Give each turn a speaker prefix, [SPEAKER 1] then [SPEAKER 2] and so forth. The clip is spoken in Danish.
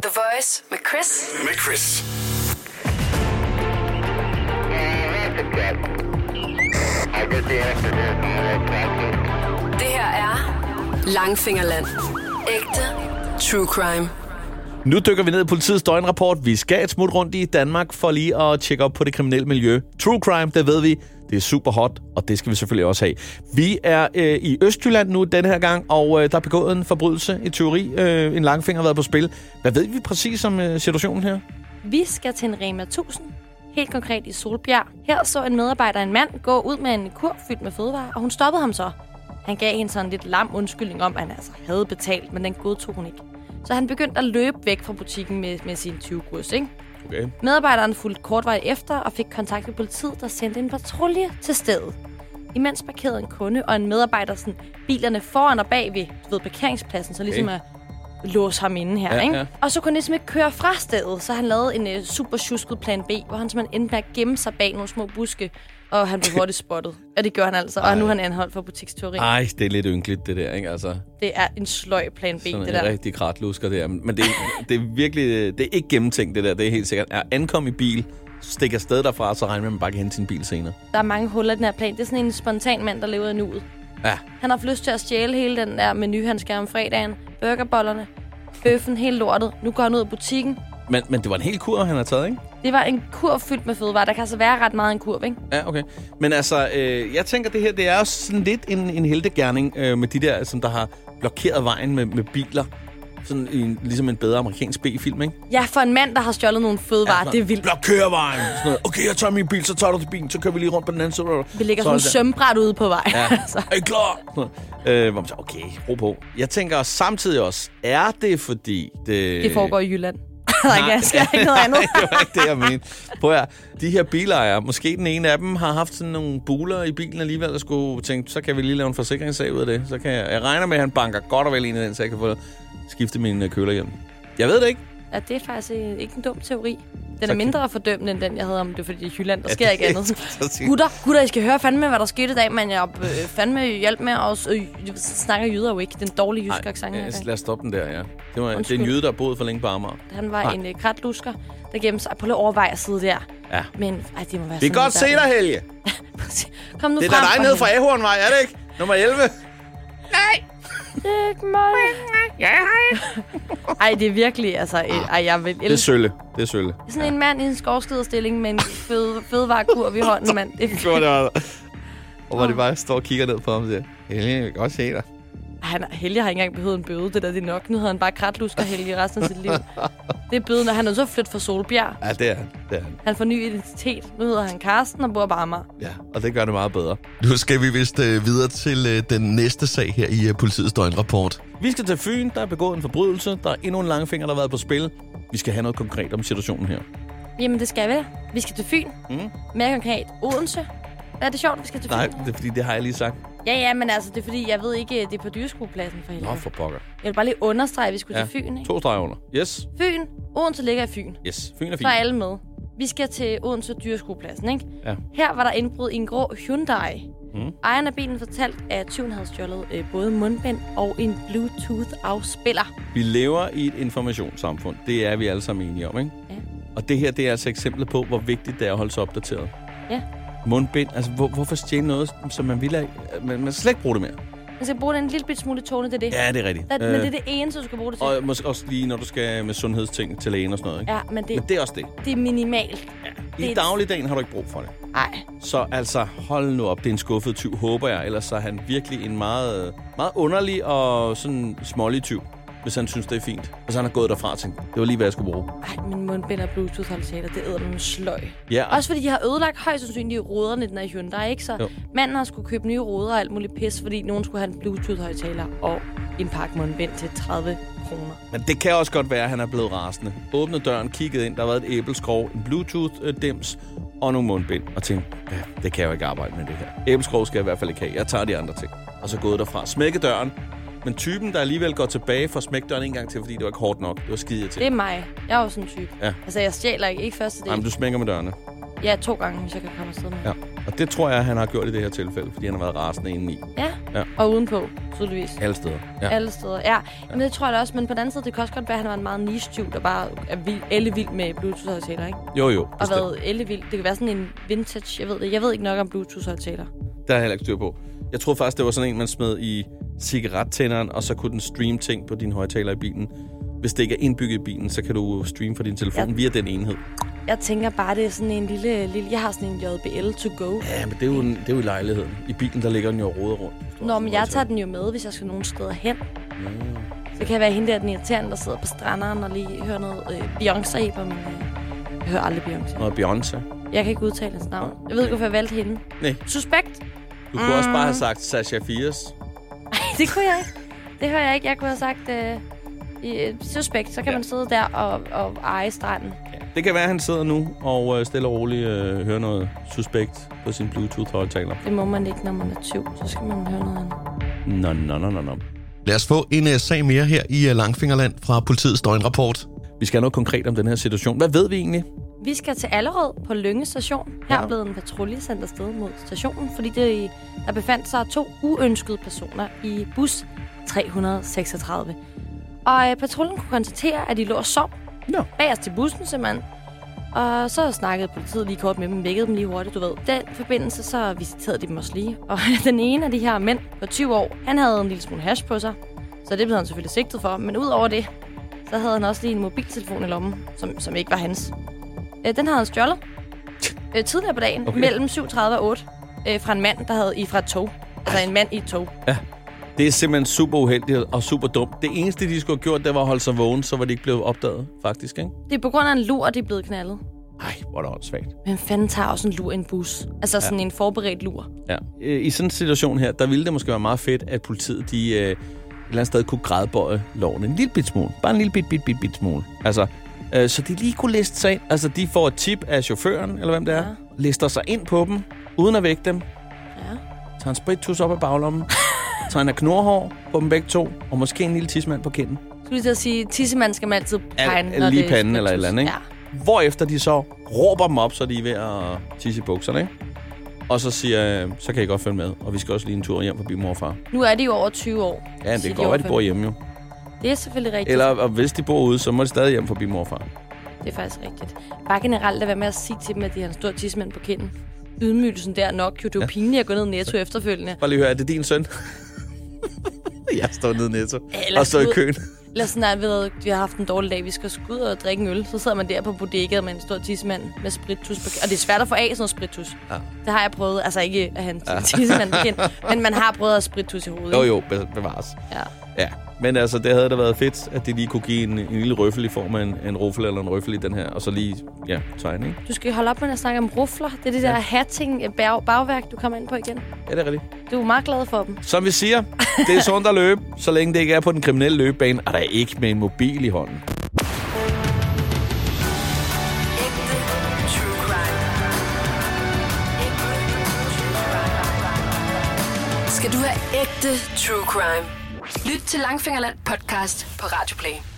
[SPEAKER 1] The Voice med Chris.
[SPEAKER 2] Med Chris.
[SPEAKER 1] Det her er Langfingerland. Ægte true crime.
[SPEAKER 3] Nu dykker vi ned i politiets døgnrapport. Vi skal et smut rundt i Danmark for lige at tjekke op på det kriminelle miljø. True crime, det ved vi. Det er super hot, og det skal vi selvfølgelig også have. Vi er øh, i Østjylland nu den her gang, og øh, der er begået en forbrydelse i teori. Øh, en langfinger har været på spil. Hvad ved vi præcis om øh, situationen her?
[SPEAKER 4] Vi skal til en Rema 1000, helt konkret i Solbjerg. Her så en medarbejder en mand gå ud med en kur fyldt med fødevarer, og hun stoppede ham så. Han gav hende sådan lidt lam undskyldning om, at han altså havde betalt, men den godtog hun ikke. Så han begyndte at løbe væk fra butikken med, med sin 20 kurs, ikke?
[SPEAKER 3] Okay.
[SPEAKER 4] Medarbejderen fulgte kort vej efter og fik kontakt med politiet, der sendte en patrulje til stedet. Imens parkerede en kunde og en medarbejder sådan, bilerne foran og bag ved, du ved parkeringspladsen, så ligesom
[SPEAKER 3] Okay.
[SPEAKER 4] at låse ham inde her.
[SPEAKER 3] Ja,
[SPEAKER 4] ikke?
[SPEAKER 3] ja.
[SPEAKER 4] Og så kunne han ligesom ikke køre fra stedet, så han lavede en uh, super tjusket plan B, hvor han simpelthen endte med at gemme sig bag nogle små buske, og han blev hurtigt spottet. Og det gjorde han altså, og nu er han anholdt for butiksteori.
[SPEAKER 3] Ej, det er lidt ynkeligt, det der, ikke? Altså,
[SPEAKER 4] Det er en sløj plan B,
[SPEAKER 3] sådan
[SPEAKER 4] det
[SPEAKER 3] en
[SPEAKER 4] der.
[SPEAKER 3] rigtig kratlusker der. Men det, er- det er virkelig... øh, Det er ikke gennemtænkt, det der. Det er helt sikkert. Er ankom i bil, stikker afsted derfra, så regner man bare kan hente sin bil senere.
[SPEAKER 4] Der er mange huller i den her plan. Det er sådan en spontan mand, der lever i nuet.
[SPEAKER 3] Ja,
[SPEAKER 4] Han har haft lyst til at stjæle hele den der menu, han skal have om fredagen. Burgerbollerne, bøffen, hele lortet. Nu går han ud af butikken.
[SPEAKER 3] men, men det var en hel kur, han har taget, ikke?
[SPEAKER 4] Det var en kurv fyldt med fødevarer. Der kan altså være ret meget i en kurv, ikke?
[SPEAKER 3] Ja, okay. Men altså, øh, jeg tænker, det her det er også sådan lidt en, en heltegærning øh, med de der, som der har blokeret vejen med, med biler. Sådan en, ligesom en bedre amerikansk B-film, ikke?
[SPEAKER 4] Ja, for en mand, der har stjålet nogle fødevarer, ja, det er vildt.
[SPEAKER 3] Blokér vejen! Sådan noget. Okay, jeg tager min bil, så tager du til bilen, så kører vi lige rundt på den anden side.
[SPEAKER 4] Vi ligger
[SPEAKER 3] Så
[SPEAKER 4] sådan
[SPEAKER 3] er
[SPEAKER 4] en
[SPEAKER 3] det der.
[SPEAKER 4] sømbræt ude på vej. Ja. altså.
[SPEAKER 3] Er I klar? Sådan noget. Øh, hvor man så, okay, ro på. Jeg tænker samtidig også, er det fordi... Det,
[SPEAKER 4] Det foregår i Jylland. Nej, ikke, jeg skal ikke noget andet.
[SPEAKER 3] det var ikke det, jeg mente. Prøv at høre, de her bilejere, måske den ene af dem har haft sådan nogle buler i bilen alligevel, og skulle tænke, så kan vi lige lave en forsikringssag ud af det. Så kan jeg, jeg regner med, at han banker godt og vel ind i den, så jeg kan få skiftet min øh, køler hjem. Jeg ved det ikke.
[SPEAKER 4] Ja, det er faktisk øh, ikke en dum teori. Den
[SPEAKER 3] Så
[SPEAKER 4] er
[SPEAKER 3] kan-
[SPEAKER 4] mindre fordømmende end den, jeg havde om det, er fordi det er Jylland, der
[SPEAKER 3] Ja,
[SPEAKER 4] sker
[SPEAKER 3] det-
[SPEAKER 4] ikke andet.
[SPEAKER 3] præcis.
[SPEAKER 4] Gutter, gutter, I skal høre fandme, hvad der skete i dag, men jeg øh, fandme hjælp med os. Øh, snakker jyder jo ikke, den dårlige jyske accent. her i
[SPEAKER 3] øh,
[SPEAKER 4] dag.
[SPEAKER 3] lad os stoppe den der, ja. Det, var, det er
[SPEAKER 4] Undskyld.
[SPEAKER 3] en jyde, der har boet for længe på Amager.
[SPEAKER 4] Han var
[SPEAKER 3] Nej.
[SPEAKER 4] Nej. en øh, kratlusker, der gemte sig. Prøv lige at overveje at sidde der.
[SPEAKER 3] Ja.
[SPEAKER 4] Men ej, det må være
[SPEAKER 3] Vi kan
[SPEAKER 4] sådan,
[SPEAKER 3] godt se dig, Helge.
[SPEAKER 4] dig. Kom nu
[SPEAKER 3] Det er da
[SPEAKER 4] frem
[SPEAKER 3] dig
[SPEAKER 4] for
[SPEAKER 3] nede fra
[SPEAKER 4] helvede.
[SPEAKER 3] Ahornvej, er det ikke? Nummer 11.
[SPEAKER 4] Ikke mig. Ej, det er virkelig, altså... øh, Ej, jeg vil
[SPEAKER 3] Ah, Det er
[SPEAKER 4] elske
[SPEAKER 3] Sølle. Det er Sølle.
[SPEAKER 4] sådan en mand i en skovskederstilling med en føde, fødevarekurv i hånden, mand. Det er-
[SPEAKER 3] det var Og hvor det bare står og kigger ned på ham og siger, Helge, jeg kan godt se dig.
[SPEAKER 4] Han, Helge har ikke engang behøvet en bøde, det der det er nok. Nu hedder han bare kratlusker Helge resten af sit liv. Det er bøden, og han er så flyttet fra Solbjerg.
[SPEAKER 3] Ja, det er han. Det er han.
[SPEAKER 4] Han får ny identitet. Nu hedder han Karsten og bor bare mig.
[SPEAKER 3] Ja, og det gør det meget bedre.
[SPEAKER 5] Nu skal vi vist øh, videre til øh, den næste sag her i øh, politiets døgnrapport.
[SPEAKER 3] Vi skal til Fyn, der er begået en forbrydelse, der er endnu en langfinger, der har været på spil. Vi skal have noget konkret om situationen her.
[SPEAKER 4] Jamen, det skal vi da. Vi skal til Fyn.
[SPEAKER 3] Mm.
[SPEAKER 4] Mm. Mere konkret, Odense. Er det sjovt, at vi skal til Fyn?
[SPEAKER 3] Nej, det er fordi, det har jeg lige sagt.
[SPEAKER 4] Ja, ja, men altså, det er fordi, jeg ved ikke, det er på dyreskuepladsen for helvede.
[SPEAKER 3] Nå, for pokker.
[SPEAKER 4] Jeg vil bare lige understrege, at vi skulle ja. til Fyn, ikke?
[SPEAKER 3] To streger under. Yes,
[SPEAKER 4] Fyn. Odense ligger i Fyn.
[SPEAKER 3] yes. Fyn er
[SPEAKER 4] Så er
[SPEAKER 3] fint.
[SPEAKER 4] alle med. Vi skal til Odense Dyreskuepladsen, ikke?
[SPEAKER 3] Ja.
[SPEAKER 4] Her var der indbrud i en grå Hyundai.
[SPEAKER 3] Mm.
[SPEAKER 4] Mm. Ejeren af bilen fortalte, at tyven havde stjålet øh, både mundbind og en Bluetooth-afspiller.
[SPEAKER 3] Vi lever i et informationssamfund. Det er vi alle sammen enige om, ikke?
[SPEAKER 4] Ja.
[SPEAKER 3] Og det her, det er altså eksemplet på, hvor vigtigt det er at holde sig opdateret.
[SPEAKER 4] Ja.
[SPEAKER 3] Mundbind. Altså, hvor, hvorfor stjæle noget, som man ville have, man, man slet ikke bruge det mere?
[SPEAKER 4] Man skal bruge den en lille bit smule tone, det er det.
[SPEAKER 3] Ja, det er rigtigt.
[SPEAKER 4] Der, men
[SPEAKER 3] Øh,
[SPEAKER 4] det er det eneste, du skal bruge det til.
[SPEAKER 3] Og måske også lige, når du skal med sundhedsting til lægen og sådan noget, ikke?
[SPEAKER 4] Ja, men det,
[SPEAKER 3] Men det er også det.
[SPEAKER 4] det er minimalt.
[SPEAKER 3] I
[SPEAKER 4] Det-
[SPEAKER 3] dagligdagen har du ikke brug for det.
[SPEAKER 4] Ej,
[SPEAKER 3] Så altså, hold nu op, det er en skuffet tyv, håber jeg. Ellers så er han virkelig en meget, meget underlig og sådan smålig tyv, hvis han synes, det er fint. Og så han har gået derfra og tænkt, det var lige, hvad jeg skulle bruge.
[SPEAKER 4] ej min mundbind og Bluetooth-holdsæler, det æder med sløj.
[SPEAKER 3] Ja,
[SPEAKER 4] Også fordi de har ødelagt højst sandsynligt ruderne i den her Hyundai, ikke? Så
[SPEAKER 3] Jo.
[SPEAKER 4] jo. manden har skulle købe nye ruder og alt muligt pis, fordi nogen skulle have en Bluetooth-højtaler og en pakke mundbind til 30 kroner.
[SPEAKER 3] men det kan også godt være, at han er blevet rasende. Åbnet døren, kigget ind, der har været et æbleskrog, en bluetooth-dims og nogle mundbind. Og tænkt, ja, det kan jeg jo ikke arbejde med det her. Æbleskrog skal jeg i hvert fald ikke have, jeg tager de andre ting. Og så gået derfra, smækket døren. Men typen, der alligevel går tilbage for smæk døren en gang til, fordi det var ikke hårdt nok. Det var skide til.
[SPEAKER 4] Det er mig. Jeg er jo sådan en type.
[SPEAKER 3] Ja.
[SPEAKER 4] Altså, jeg stjæler ikke. Ikke første del.
[SPEAKER 3] Jamen, du smækker med dørene.
[SPEAKER 4] Ja, to gange, hvis jeg kan komme afsted med.
[SPEAKER 3] Ja.
[SPEAKER 4] Ja.
[SPEAKER 3] Og det tror jeg, han har gjort i det her tilfælde, fordi han har været rasende indeni.
[SPEAKER 4] Ja.
[SPEAKER 3] Ja.
[SPEAKER 4] ja. Og udenpå, tydeligvis.
[SPEAKER 3] Alle steder.
[SPEAKER 4] Ja. Alle steder, ja. Men det tror jeg da også. Men på den anden side, det kan også godt være, at han var en meget niche der bare er vild, ellevild med Bluetooth-højtaler, ikke?
[SPEAKER 3] Jo, jo.
[SPEAKER 4] Og
[SPEAKER 3] bestemt.
[SPEAKER 4] været ellevild. Det kan være sådan en vintage, jeg ved det. Jeg ved ikke nok om Bluetooth-højtaler.
[SPEAKER 3] Der er jeg heller ikke styr på. Jeg troede faktisk, det var sådan en, man smed i cigarettænderen, og så kunne den streame ting på din højtaler i bilen. Hvis det ikke er indbygget i bilen, så kan du streame fra din telefon ja.
[SPEAKER 4] Ja.
[SPEAKER 3] via den enhed.
[SPEAKER 4] Jeg tænker bare, det er sådan en lille... lille jeg har sådan en JBL to go.
[SPEAKER 3] Ja, men det er jo, en, det er jo i lejligheden. I bilen, der ligger den jo rodet rundt. hvis du har
[SPEAKER 4] Nå,
[SPEAKER 3] sådan
[SPEAKER 4] men
[SPEAKER 3] en
[SPEAKER 4] jeg
[SPEAKER 3] højtaler.
[SPEAKER 4] tager den jo med, hvis jeg skal nogen steder hen.
[SPEAKER 3] Mm.
[SPEAKER 4] Så kan jeg være hende der, den irriterende, der sidder på stranderen og lige hører noget øh, Beyoncé i på min... Øh. Jeg hører aldrig Beyoncé.
[SPEAKER 3] Noget Beyoncé.
[SPEAKER 4] Jeg kan ikke udtale hendes navn. Jeg ved ikke, hvorfor jeg valgte hende.
[SPEAKER 3] Nej.
[SPEAKER 4] Suspekt?
[SPEAKER 3] Du kunne også
[SPEAKER 4] Mm.
[SPEAKER 3] bare have sagt Sasha Fierce.
[SPEAKER 4] Det kunne jeg ikke. Det hører jeg ikke. Jeg kunne have sagt... Øh, i, øh, suspekt. Så kan
[SPEAKER 3] Ja.
[SPEAKER 4] ja. man sidde der og, og eje stranden.
[SPEAKER 3] Det kan være, at han sidder nu og øh, stille og roligt øh, hører noget suspekt på sin Bluetooth-højtaler.
[SPEAKER 4] Det må man ikke, når man er 20. Så skal man høre noget andet.
[SPEAKER 3] Nå, nå, nå, nå, nå.
[SPEAKER 5] Lad os få en uh, sag mere her i uh, Langfingerland fra politiets døgnrapport.
[SPEAKER 3] Vi skal have noget konkret om den her situation. Hvad ved vi egentlig?
[SPEAKER 4] Vi skal til Allerød på Lønge station. Her
[SPEAKER 3] Ja.
[SPEAKER 4] ja. blev en patrulje sendt afsted mod stationen, fordi det, der befandt sig to uønskede personer i bus 336. Og øh, patruljen kunne konstatere, at de lå og sov
[SPEAKER 3] Nå.
[SPEAKER 4] bagerst til bussen simpelthen. Og så snakkede politiet lige kort med dem, vækkede dem lige hurtigt, du ved. I Den forbindelse så visiterede de dem også lige. Og den ene af de her mænd på 20 år, han havde en lille smule hash på sig. Så det blev han selvfølgelig sigtet for. Men udover det, så havde han også lige en mobiltelefon i lommen, som, som ikke var hans. Øh, Den havde han stjålet øh, tidligere på dagen,
[SPEAKER 3] Okay.
[SPEAKER 4] okay. mellem 7.30 og 8, øh, fra en mand, der havde i fra et tog. Altså en mand i et tog.
[SPEAKER 3] Det er simpelthen super uheldigt og super dumt. Det eneste, de skulle have gjort, det var at holde sig vågen, så var de ikke blevet opdaget, faktisk, ikke?
[SPEAKER 4] Det er på grund af en lur, de er blevet knaldet.
[SPEAKER 3] Ej, hvor er det åndssvagt.
[SPEAKER 4] Hvem fanden tager også en lur i en bus? Altså sådan en forberedt lur.
[SPEAKER 3] Ja. Øh, I sådan en situation her, der ville det måske være meget fedt, at politiet de, øh, et eller andet sted kunne grædbøje loven en lille bit smule. Bare en lille bit, bit, bit, bit smule. Altså, øh, så de lige kunne liste sig ind. Altså, de får et tip af chaufføren, eller hvem det er,
[SPEAKER 4] Ja.
[SPEAKER 3] lister sig ind på dem, uden at vække dem,
[SPEAKER 4] Ja.
[SPEAKER 3] tager en sprittus op af baglommen, tager en af knorhår på dem begge to, og måske en lille tidsmand på kinden.
[SPEAKER 4] skulle lige til at sige, tissemand skal man altid
[SPEAKER 3] Al-
[SPEAKER 4] pege, når
[SPEAKER 3] lige
[SPEAKER 4] det er
[SPEAKER 3] panden eller et eller andet, ikke?
[SPEAKER 4] Ja.
[SPEAKER 3] Hvorefter de så råber dem op, så de er ved at tisse i bukserne, ikke? Og så siger øh, så kan I godt følge med, og vi skal også lige en tur hjem forbi mor og far.
[SPEAKER 4] Nu er de jo over 20 år.
[SPEAKER 3] Ja, det
[SPEAKER 4] siger
[SPEAKER 3] kan
[SPEAKER 4] de
[SPEAKER 3] godt være, de
[SPEAKER 4] overfor.
[SPEAKER 3] bor hjemme jo.
[SPEAKER 4] Det er selvfølgelig rigtigt.
[SPEAKER 3] Eller
[SPEAKER 4] Eller...
[SPEAKER 3] og hvis de bor ude, så må de stadig hjem forbi morfar.
[SPEAKER 4] Det er faktisk rigtigt. Bare generelt lad være med at sige til dem, at de har en stor tissemand på kinden. Ydmygelsen der er nok. Jo, det er jo ja. pinligt at gå ned i netto efterfølgende.
[SPEAKER 3] Bare lige høre, er det din søn? jeg står nede i netto.
[SPEAKER 4] Eller
[SPEAKER 3] og står i
[SPEAKER 4] skud.
[SPEAKER 3] køen.
[SPEAKER 4] Eller sådan, at vi ved, vi har haft en dårlig dag, vi skal sgu ud og drikke en øl. Så sidder man der på bodegaet med en stor tissemand med spritus på kinden. Og det er svært at få af sådan noget spritus. Ja. Det har jeg prøvet. Altså ikke at have en tissemand på kinden, men man har prøvet at have spritus i hovedet.
[SPEAKER 3] Jo,
[SPEAKER 4] ikke?
[SPEAKER 3] jo, be- bevares.
[SPEAKER 4] Ja.
[SPEAKER 3] Ja, men altså, det havde da været fedt, at de lige kunne give en, en lille røffel i form af en, en ruffel eller en røffel i den her, og så lige, ja, tegne, ikke?
[SPEAKER 4] Du skal holde op med at snakke om rufler. Det er det der hatting øh, bag- bagværk, du kommer ind på igen.
[SPEAKER 3] Ja, det er rigtigt.
[SPEAKER 4] Du er meget glad for dem.
[SPEAKER 3] Som vi siger, det er sundt at løbe, så længe det ikke er på den kriminelle løbebane, og der er ikke med en mobil i hånden.
[SPEAKER 1] Ægte true crime. Ægte true crime. Skal du have ægte true crime? Lyt til Langfingerland podcast på Radio Play.